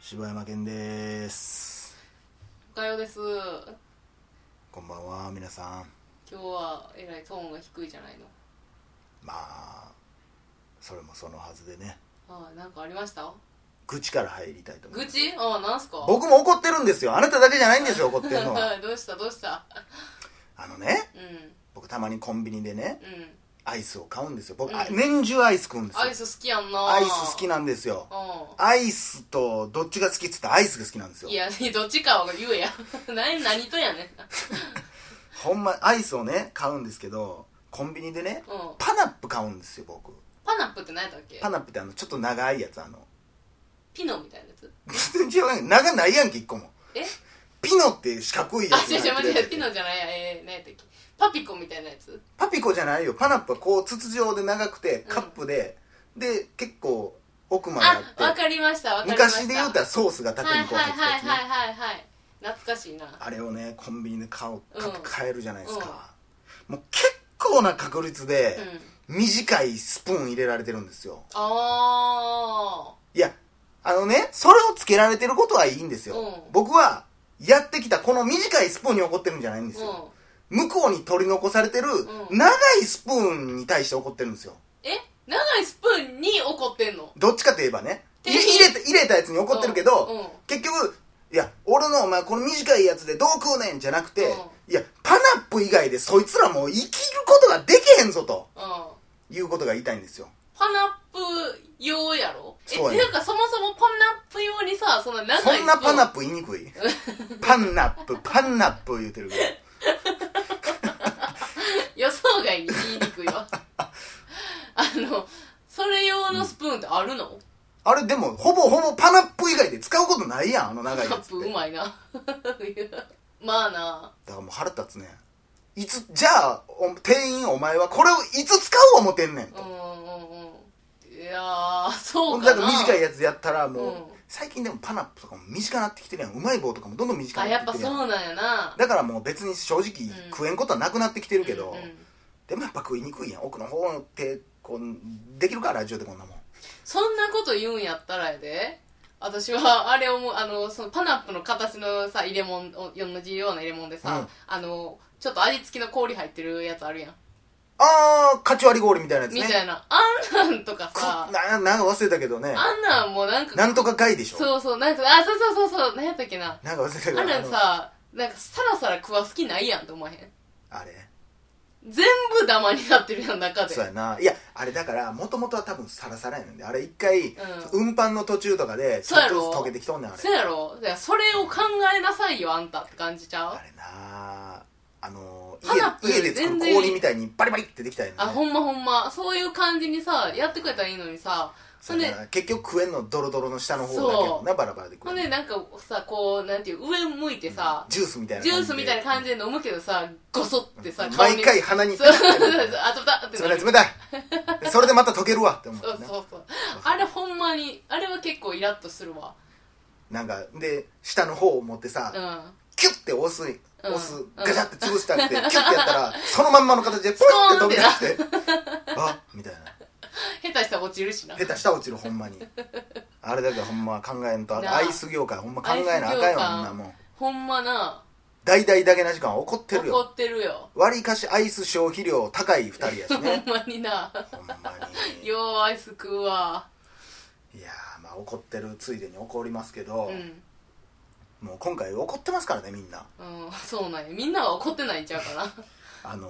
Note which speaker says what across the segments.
Speaker 1: 柴山健です
Speaker 2: おかよです
Speaker 1: こんばんは皆さん
Speaker 2: 今日はえらいトーンが低いじゃないの
Speaker 1: まあそれもそのはずでね
Speaker 2: ああなんかありました
Speaker 1: 愚痴から入りたいと思い
Speaker 2: 愚
Speaker 1: ます
Speaker 2: 痴ああなんすか
Speaker 1: 僕も怒ってるんですよあなただけじゃないんですよ怒ってるの は
Speaker 2: どうしたどうした
Speaker 1: あのね
Speaker 2: うん
Speaker 1: 僕たまにコンビニでね
Speaker 2: うん
Speaker 1: アイスを買うんですよ僕、あ
Speaker 2: うん
Speaker 1: 年中アイス食うんですよ
Speaker 2: アイス好きやんな
Speaker 1: アイス好き
Speaker 2: な
Speaker 1: なんですよ
Speaker 2: う
Speaker 1: アイスとどっちが好きっつったらアイスが好きなんですよ
Speaker 2: んいやどっちかは言えや何何とやねん
Speaker 1: ほんまアイスをね買うんですけどコンビニでね
Speaker 2: うん
Speaker 1: パナップ買うんですよ僕
Speaker 2: パナップって何やったっけ
Speaker 1: パナップってあのちょっと長いやつあの
Speaker 2: ピノみたいなやつ
Speaker 1: 全然違う長ないやんけ一個も
Speaker 2: え
Speaker 1: ピノって四角いや
Speaker 2: あ
Speaker 1: つ
Speaker 2: 違う違う
Speaker 1: 入
Speaker 2: 待
Speaker 1: って
Speaker 2: っ
Speaker 1: るや
Speaker 2: て
Speaker 1: つ
Speaker 2: ピノじゃないやえー、何やったっけパピコみたいなやつ
Speaker 1: パピコじゃないよパナップはこう筒状で長くて
Speaker 2: うん
Speaker 1: カップで、で結構奥まであ
Speaker 2: あわ
Speaker 1: って
Speaker 2: かりましたわかりました
Speaker 1: 昔で言うたらソースが縦
Speaker 2: はい
Speaker 1: にこう
Speaker 2: はい
Speaker 1: 入ってた
Speaker 2: は
Speaker 1: や
Speaker 2: い
Speaker 1: つ
Speaker 2: はい
Speaker 1: ね
Speaker 2: はいはい懐かしいな
Speaker 1: あれをねコンビニで買う買って
Speaker 2: うん
Speaker 1: 買えるじゃないですか、もう結構な確率で
Speaker 2: うん
Speaker 1: 短いスプーン入れられてるんですよ
Speaker 2: あ
Speaker 1: いや、あのね、それをつけられてることはいいんですよ。
Speaker 2: うん
Speaker 1: 僕は、やってきたこの短いスプーンに怒ってるんじゃないんで
Speaker 2: あ
Speaker 1: す
Speaker 2: う
Speaker 1: よ。
Speaker 2: ん
Speaker 1: 向こうに取り残されてる、
Speaker 2: うん
Speaker 1: 長いスプーンに対して怒ってるんですよ。
Speaker 2: え長いスプーンに怒ってんの
Speaker 1: どっちかといえばね、い
Speaker 2: 手に
Speaker 1: 入れた入れたやつに怒ってるけど、
Speaker 2: うんうん
Speaker 1: 結局、いや、俺のお前この短いやつでどう食うねんじゃなくて、
Speaker 2: う
Speaker 1: いや、パナップ以外でそいつらもう生きることができへんぞと
Speaker 2: うん
Speaker 1: いうことが言いたいんですよ。
Speaker 2: パナップ用やろえ
Speaker 1: そうやね
Speaker 2: ていうかそもそもパナップ用にさそんな長いスプ
Speaker 1: そ
Speaker 2: ーン
Speaker 1: んなパナップ言いにくいパンナップ、パンナップ言うてるけど。
Speaker 2: 予想外に言いにくいわ あのそれ用のスプーンってあるの、
Speaker 1: あれでも、ほぼほぼパナップ以外で使うことないやん、あの長
Speaker 2: パ
Speaker 1: い
Speaker 2: ナ
Speaker 1: や
Speaker 2: ッ
Speaker 1: つ
Speaker 2: プ
Speaker 1: って。だ
Speaker 2: う
Speaker 1: か
Speaker 2: まいな まあな
Speaker 1: らもう腹立つね。いつ、じゃあ、お店員お前はこれをいつ使おう思てんねん
Speaker 2: う
Speaker 1: と。
Speaker 2: んうんうんいやーそう
Speaker 1: だ
Speaker 2: か
Speaker 1: か
Speaker 2: な
Speaker 1: ら短いやつやったらもう、
Speaker 2: うん
Speaker 1: 最近でもパナップとかも短くなってきてるやん。うまい棒とかもどんどん短
Speaker 2: あ
Speaker 1: く
Speaker 2: や
Speaker 1: な
Speaker 2: っ
Speaker 1: って
Speaker 2: ぱ
Speaker 1: きてる
Speaker 2: そ
Speaker 1: やん。
Speaker 2: うなんやな
Speaker 1: だからもう別に正直
Speaker 2: うん
Speaker 1: 食えんことはなくなってきてるけど、
Speaker 2: うんうん
Speaker 1: でもやっぱ食いにくいやん。奥の方って、こう、できるか、ラジオでこんなもん。
Speaker 2: そんなこと言うんやったらやで私はあれ思うあのそのパナップの形のさ入れ物同じような入れ物でさ、
Speaker 1: うん
Speaker 2: あのちょっと味付きの氷入ってるやつあるやん、
Speaker 1: あー、カチ割り氷みたいなやつ
Speaker 2: み
Speaker 1: ね。
Speaker 2: たいなあんなんとか
Speaker 1: く
Speaker 2: さ
Speaker 1: な、なんか忘れたけどね。
Speaker 2: あんなんもうなんか
Speaker 1: なんとかガイでしょ。
Speaker 2: そうそうなんかあそうそうそうそう何やったっけな
Speaker 1: なんか忘れた
Speaker 2: あ
Speaker 1: けど。
Speaker 2: んなんさなんかさらさら食わす気ないやんと思わへん
Speaker 1: あれ
Speaker 2: 全部ダマになってるやん中で
Speaker 1: そうやないやあれだからもともとは多分サラサラやねんであれ一回、
Speaker 2: う
Speaker 1: 運搬の途中とかでち
Speaker 2: そう
Speaker 1: ょっ
Speaker 2: や
Speaker 1: と
Speaker 2: ろ
Speaker 1: ずつ溶けてきとんねんあれ
Speaker 2: そやろだからそれを考えなさいよあんたって感じちゃう
Speaker 1: あれなああの
Speaker 2: パナップ
Speaker 1: 家
Speaker 2: よ
Speaker 1: 家
Speaker 2: り
Speaker 1: で作
Speaker 2: 全然
Speaker 1: る氷みたいにバリバリってできたやんね
Speaker 2: あほんまほんまそういう感じにさやってくれたらいいのにさ
Speaker 1: そ
Speaker 2: ほん
Speaker 1: う
Speaker 2: で
Speaker 1: やな結局食えんのドロドロの下の方だけやもんなバラバラで食
Speaker 2: ほ
Speaker 1: え
Speaker 2: ん
Speaker 1: んの
Speaker 2: でなんかさこうなんていう上向いてさ、
Speaker 1: ジュースみたいな
Speaker 2: ジュ
Speaker 1: 感
Speaker 2: ー
Speaker 1: じで
Speaker 2: スみたいな感じで飲むけどさごそってさ顔に
Speaker 1: 毎回鼻に
Speaker 2: そうそうそうあとだって
Speaker 1: 冷
Speaker 2: な
Speaker 1: た
Speaker 2: る
Speaker 1: い冷たいそれでまた溶けるわって思う
Speaker 2: そう
Speaker 1: ね
Speaker 2: そうそうあれほんまにあれは結構イラッとするわ
Speaker 1: なんかで下の方を持ってさ、
Speaker 2: うん
Speaker 1: キュッて押す押す、
Speaker 2: うん
Speaker 1: ガチャって潰したくて、キュッてやったらそのまんまの形でポンって飛び出してあみたいな
Speaker 2: 下手したら落ちるしな
Speaker 1: 下手したら落ちるほんまにあれだけはほんま考えんとあ
Speaker 2: なあ
Speaker 1: アイス業界ほんま考えなあかんよ
Speaker 2: アイス業界
Speaker 1: みんなもう
Speaker 2: ほんまな
Speaker 1: 大々だけな時間怒ってる
Speaker 2: 怒
Speaker 1: よ
Speaker 2: ってるよ
Speaker 1: わりかしアイス消費量高い2人やし
Speaker 2: ほ ん
Speaker 1: ね
Speaker 2: まにな
Speaker 1: ほんまに
Speaker 2: ようアイス食うわ
Speaker 1: いやーまあ怒ってるついでに怒りますけど
Speaker 2: う、ん
Speaker 1: もう今回怒ってますからねみんな
Speaker 2: うんそうなんやみんなは怒ってないんちゃうかな
Speaker 1: あの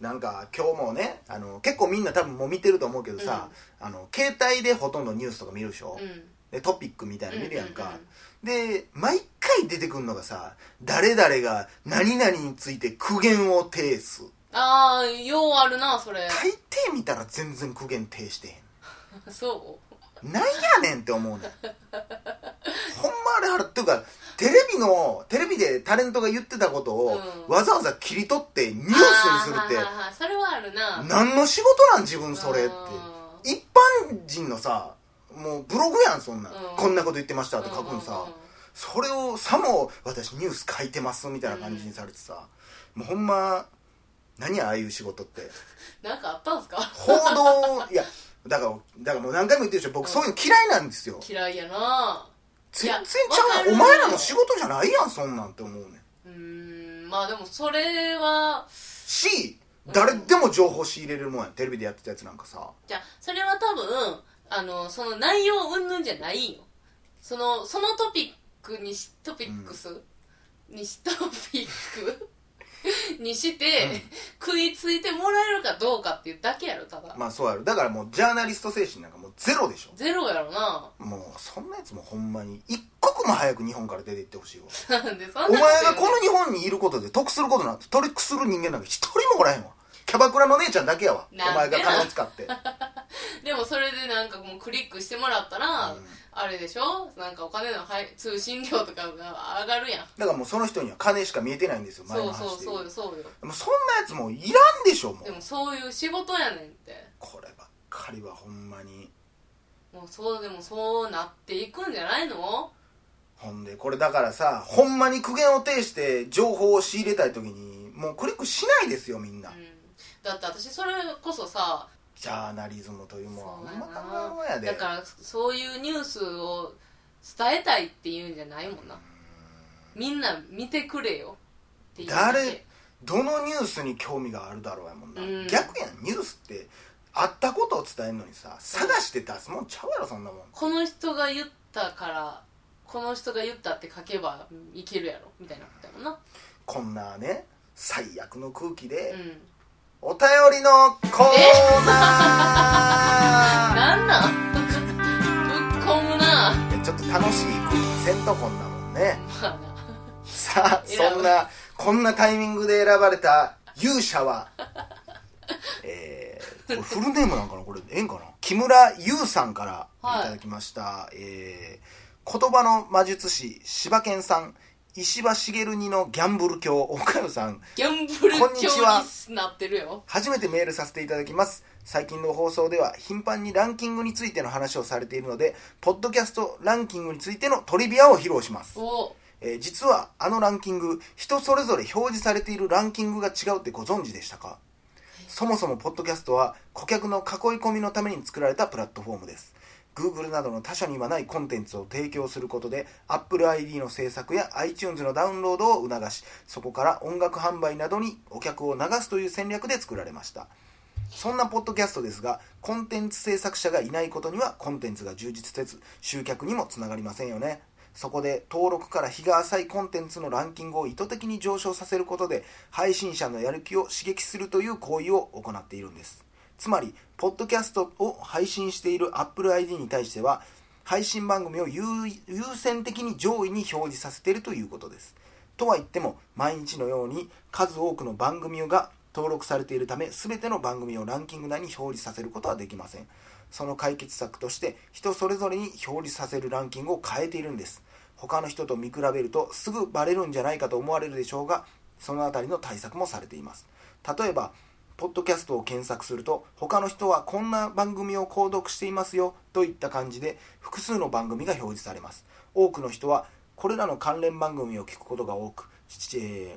Speaker 1: ーなんか今日もねあの結構みんな多分もう見てると思うけどさ、あの携帯でほとんどニュースとか見るでしょ、
Speaker 2: うん
Speaker 1: でトピックみたいなの見るやん
Speaker 2: うん
Speaker 1: か
Speaker 2: うん、
Speaker 1: で毎回出てくるのがさ誰々が何々について苦言を呈す
Speaker 2: ああようあるなそれ
Speaker 1: 大抵見たら全然苦言呈してへ
Speaker 2: そうん
Speaker 1: なんやねんって思うねん ほんまあれ腹っていうかテレビのテレビでタレントが言ってたことを、
Speaker 2: うん
Speaker 1: わざわざ切り取ってニュースにするって
Speaker 2: あーはいはいはいそれはあるな
Speaker 1: 何の仕事なん自分それって
Speaker 2: う
Speaker 1: 一般人のさもうブログやんそんなん、
Speaker 2: うん
Speaker 1: こんなこと言ってましたって書くのさ、それをさも私ニュース書いてますみたいな感じにされてさ、もうほんま何やああいう仕事って
Speaker 2: なんかあったんすか
Speaker 1: 報どいやだからだからもう何回も言ってるでしょ僕そういうの嫌いなんですよ
Speaker 2: 嫌いやな
Speaker 1: 全然ち
Speaker 2: わか
Speaker 1: ゃう
Speaker 2: る
Speaker 1: お前らの仕事じゃないやんそんなんって思うねん
Speaker 2: うーんまあでもそれは
Speaker 1: し誰でも情報仕入れれるもんやんテレビでやってたやつなんかさ
Speaker 2: じゃあそれは多分あのその内容云々じゃないよそのそのトピックにしトピックス、にしトピック にして、食いついてもらえるかどうかっていうだけやろただ、
Speaker 1: まあそうやろだからもうジャーナリスト精神なんかもうゼロでしょ
Speaker 2: ゼロやろな
Speaker 1: もうそんなやつもほんまに一刻も早く日本から出ていってほしいわ
Speaker 2: なんでそんな
Speaker 1: お前が
Speaker 2: こと
Speaker 1: こ
Speaker 2: 言う
Speaker 1: の日本にいることで得することなんて取り得する人間なんか一人もおらへんわキャバクラの姉ちゃんだけやわお
Speaker 2: なん
Speaker 1: 前
Speaker 2: で
Speaker 1: が金を使って
Speaker 2: でもそれでなんかもうクリックしてもらったら、
Speaker 1: うん
Speaker 2: あれでしょなんかお金のはい通信料とかが上がるやん
Speaker 1: だからもうその人には金しか見えてないんですよ前
Speaker 2: そ
Speaker 1: の
Speaker 2: うそう
Speaker 1: 話で
Speaker 2: そうよそうよ
Speaker 1: もうそんなやつもういらんでしょもう
Speaker 2: でもそういう仕事やねんって
Speaker 1: こればっかりはほんまに
Speaker 2: もうそうでもそうなっていくんじゃないの
Speaker 1: ほんでこれだからさほんまに苦言を呈して情報を仕入れたい時にもうクリックしないですよみんな、
Speaker 2: うんだって私それこそさ
Speaker 1: ジャーナリズムというものはほ
Speaker 2: そうんや
Speaker 1: またまんまや
Speaker 2: な
Speaker 1: で
Speaker 2: だからそういうニュースを伝えたいっていうんじゃないもんなみんな見てくれよっていうだけ
Speaker 1: 誰どのニュースに興味があるだろうやもんな、
Speaker 2: うん
Speaker 1: 逆やんニュースってあったことを伝えるのにさ探して出すもんちゃうやろそんなもん
Speaker 2: この人が言ったからこの人が言ったって書けばいけるやろみたいなことやもんな
Speaker 1: こんなね最悪の空気で、
Speaker 2: うん
Speaker 1: お便りのコーナー
Speaker 2: なんなんぶっ込むな
Speaker 1: いやちょっと楽しい空気にせんとこんなもんね
Speaker 2: まあな
Speaker 1: さあ
Speaker 2: 選ぶ
Speaker 1: そんなこんなタイミングで選ばれた勇者はえー、これフルネームなんかなこれええんかな木村優さんからいただきました、えー言葉の魔術師柴犬さん石破茂二のギャンブル教岡代さん
Speaker 2: ギャンブル
Speaker 1: こんにち
Speaker 2: 教
Speaker 1: は
Speaker 2: になってるよ
Speaker 1: 初めてメールさせていただきます最近の放送では頻繁にランキングについての話をされているのでポッドキャストランキングについてのトリビアを披露します
Speaker 2: お
Speaker 1: えー実はあのランキング人それぞれ表示されているランキングが違うってご存知でしたかそもそもポッドキャストは顧客の囲い込みのために作られたプラットフォームです Google などの他社にはないコンテンツを提供することで AppleID の制作や iTunes のダウンロードを促しそこから音楽販売などにお客を流すという戦略で作られましたそんなポッドキャストですがコンテンツ制作者がいないことにはコンテンツが充実せず集客にもつながりませんよねそこで登録から日が浅いコンテンツのランキングを意図的に上昇させることで配信者のやる気を刺激するという行為を行っているんですつまりポッドキャストを配信している AppleID に対しては配信番組を優優先的に上位に表示させているということですとは言っても毎日のように数多くの番組が登録されているため全ての番組をランキング内に表示させることはできませんその解決策として人それぞれに表示させるランキングを変えているんです他の人と見比べるとすぐバレるんじゃないかと思われるでしょうがそのあたりの対策もされています例えばポッドキャストを検索すると他の人はこんな番組を購読していますよといった感じで複数の番組が表示されます多くの人はこれらの関連番組を聞くことが多く、えー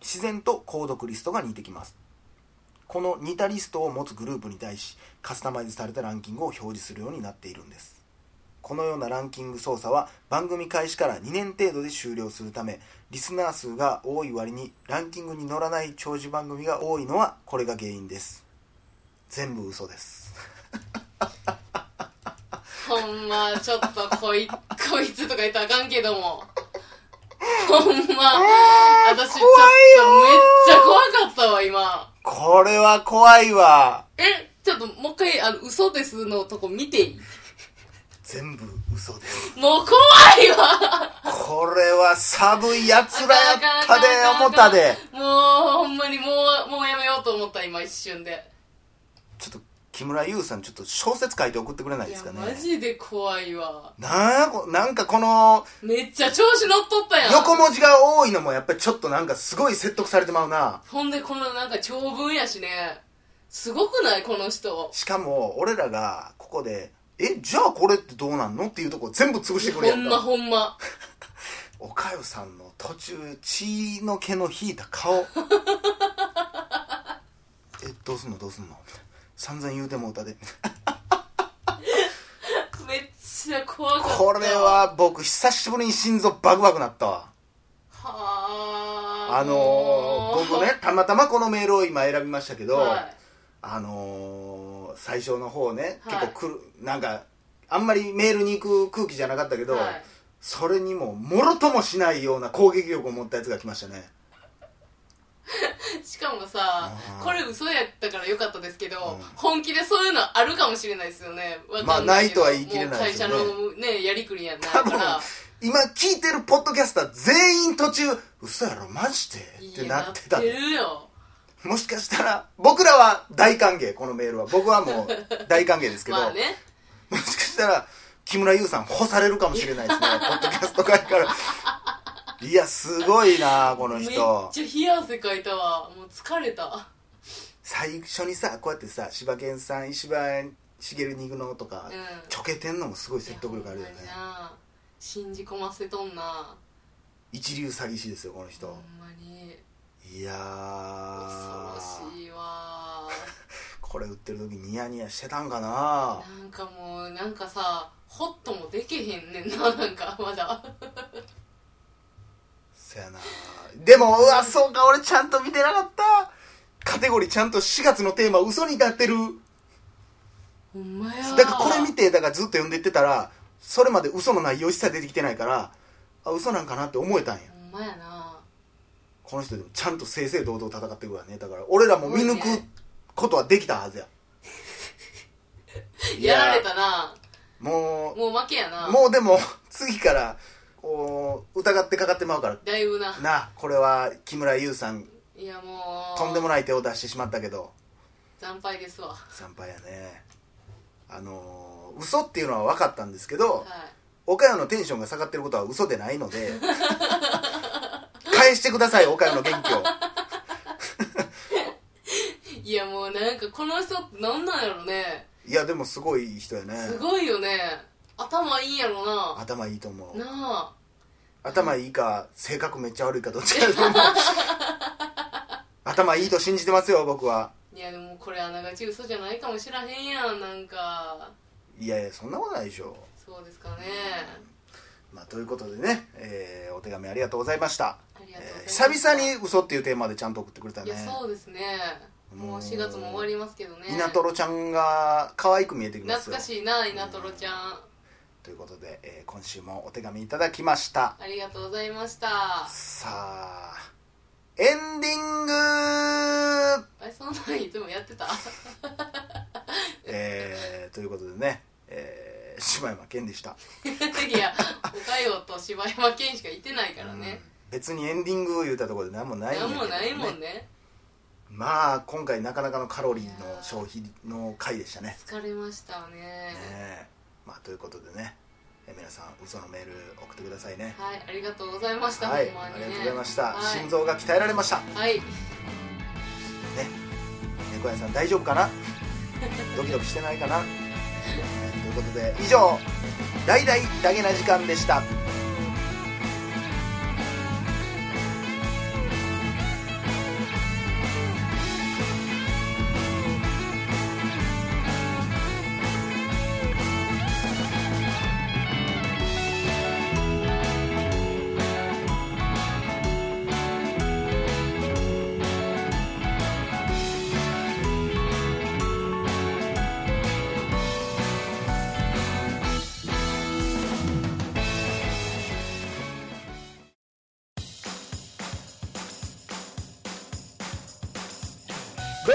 Speaker 1: 自然と購読リストが似てきますこの似たリストを持つグループに対しカスタマイズされたランキングを表示するようになっているんですこのようなランキング操作は番組開始から2年程度で終了するためリスナー数が多い割にランキングに乗らない長寿番組が多いのはこれが原因です全部嘘です
Speaker 2: ほんまちょっとこい こいつとか言ったらあかんけどもほんま私ちょっとめっちゃ怖かったわ今
Speaker 1: これは怖いわ
Speaker 2: えちょっともう一回あの嘘ですのとこ見ていい
Speaker 1: 全部嘘です
Speaker 2: もう怖いわ
Speaker 1: これは寒いやつらやったで思ったで
Speaker 2: もうほんまにもうもうやめようと思った今一瞬で
Speaker 1: ちょっと木村優さんちょっと小説書いて送ってくれない
Speaker 2: い
Speaker 1: で
Speaker 2: や
Speaker 1: すかね
Speaker 2: マジで怖いわ
Speaker 1: なあこなんかこの
Speaker 2: めっちゃ調子乗っとったやん
Speaker 1: 横文字が多いのもやっぱりちょっとなんかすごい説得されてまうな
Speaker 2: ほんでこのなんか長文やしねすごくないこの人
Speaker 1: しかも俺らがここで「えじゃあこれってどうなんの?」っていうとこ全部潰してくれ
Speaker 2: ほ
Speaker 1: や
Speaker 2: ん
Speaker 1: ん
Speaker 2: ま
Speaker 1: か
Speaker 2: ほんま
Speaker 1: おかゆさんの途中血の 毛の引いた顔えどうすんのどうすんの散々言うてもうたで
Speaker 2: めっちゃ怖かった
Speaker 1: これは僕久しぶりに心臓バクバクなったわ
Speaker 2: はあ
Speaker 1: あのー、
Speaker 2: もう
Speaker 1: 僕ねたまたまこのメールを今選びましたけど、
Speaker 2: はい
Speaker 1: あのー最初の方ね、
Speaker 2: はい
Speaker 1: 結構くるなんかあんまりメールに行く空気じゃなかったけど、
Speaker 2: はい
Speaker 1: それにももろともしないような攻撃力を持ったやつが来ましたね
Speaker 2: しかもさ
Speaker 1: うん
Speaker 2: これ嘘やったからよかったですけど、
Speaker 1: うん
Speaker 2: 本気でそういうのあるかもしれないですよねわかん
Speaker 1: まあないとは言い切れ
Speaker 2: も
Speaker 1: な
Speaker 2: う
Speaker 1: いで
Speaker 2: 会
Speaker 1: すよ
Speaker 2: 社
Speaker 1: ね
Speaker 2: のねやりく りやな
Speaker 1: 多分
Speaker 2: から
Speaker 1: 今聞いてるポッドキャスター全員途中嘘やろマジでってなってた
Speaker 2: いやなってるよ
Speaker 1: もしかしたら僕らは大歓迎このメールは僕はもう大歓迎ですけど、
Speaker 2: まあね
Speaker 1: もしかしたら木村優さん干されるかもしれないです ねポッドキャスト界からいやすごいなこの
Speaker 2: めっ
Speaker 1: 人
Speaker 2: ちゃ冷や汗かいたわもう疲れた
Speaker 1: 最初にさこうやってさ柴犬さん石破茂に行くのとか、
Speaker 2: うん
Speaker 1: ちょけてんのもすごい説得力あるよね
Speaker 2: いやほんまにな信じ込ませとんな
Speaker 1: 一流詐欺師ですよこの
Speaker 2: ほん
Speaker 1: 人、
Speaker 2: まに
Speaker 1: いやー
Speaker 2: 恐ろしいわ
Speaker 1: これ売ってる時ニヤニヤしてたんかな
Speaker 2: なんかもうなんかさホッともできへんねんな なんかまだ
Speaker 1: そやなでもうわそうか俺ちゃんと見てなかったカテゴリーちゃんと4月のテーマ嘘になってる
Speaker 2: ほんまや
Speaker 1: だからこれ見てだからずっと読んでってたらそれまで嘘の内容一切出てきてないからあ嘘なんかなって思えたんや
Speaker 2: ほんまやな
Speaker 1: この人でもちゃんと正々堂々戦ってくるわねだから俺らも見抜くことはできたはずやい
Speaker 2: や
Speaker 1: や
Speaker 2: られたな
Speaker 1: も
Speaker 2: もう負けやな
Speaker 1: うもうでも 次からこう疑ってかかってまうから
Speaker 2: だいぶな
Speaker 1: なあこれは木村優さん
Speaker 2: いやもう
Speaker 1: とんでも
Speaker 2: い
Speaker 1: ない手を出してしまったけど
Speaker 2: 惨敗ですわは
Speaker 1: 惨敗やねあのー嘘っていうのは分かったんですけど、
Speaker 2: い
Speaker 1: 岡山のテンションが下がってることは嘘でないの で返してください岡山の元気を
Speaker 2: いやもうなんかこの人なんなんやろね
Speaker 1: いやでもすごい人やね
Speaker 2: すごいよね頭いいんやろな
Speaker 1: 頭いいと思う
Speaker 2: なあ
Speaker 1: 頭いいか性格めっちゃ悪いかどっちかだと思う 頭いいと信じてますよ僕はい
Speaker 2: やでもこれあながち嘘じゃないかもしらへんやんなんか
Speaker 1: いやいやそんなことないでしょ
Speaker 2: そうですかね
Speaker 1: まあ、ということでね、えーお手紙ありがとうございました
Speaker 2: ありがとうござ
Speaker 1: え
Speaker 2: い
Speaker 1: ー
Speaker 2: ます
Speaker 1: 久々に嘘っていうテーマでちゃんと送ってくれた
Speaker 2: い
Speaker 1: ね
Speaker 2: やそうですねもう4月も終わりますけどね
Speaker 1: 稲トロちゃんが可愛く見えてきます
Speaker 2: 懐
Speaker 1: よ
Speaker 2: かしいな稲トロちゃん
Speaker 1: ということで、えー今週もお手紙いただきました
Speaker 2: ありがとうござい ました
Speaker 1: さあエンディング、
Speaker 2: あれその前にいつもやってた
Speaker 1: えーということでね、えー、柴山健でした、
Speaker 2: いやおかよと柴山健しかいてないから
Speaker 1: うん
Speaker 2: ね、
Speaker 1: 別にエンディング言うたところで何もないんや
Speaker 2: なん
Speaker 1: けど
Speaker 2: も
Speaker 1: ね
Speaker 2: ないもんね
Speaker 1: まあ今回なかなかのカロリーの消費の回でしたね
Speaker 2: 疲れましたね
Speaker 1: ねえまあということでね、えー皆さん嘘のメール送ってくださいね
Speaker 2: はいありがとうございました、
Speaker 1: はい
Speaker 2: ほんまに
Speaker 1: あり
Speaker 2: ね
Speaker 1: がとうございました、
Speaker 2: はい
Speaker 1: 心臓が鍛えられましたね
Speaker 2: はい
Speaker 1: 猫屋さん大丈夫かな ドキドキしてないかな、えーということで以上「大々だげな時間」でしたど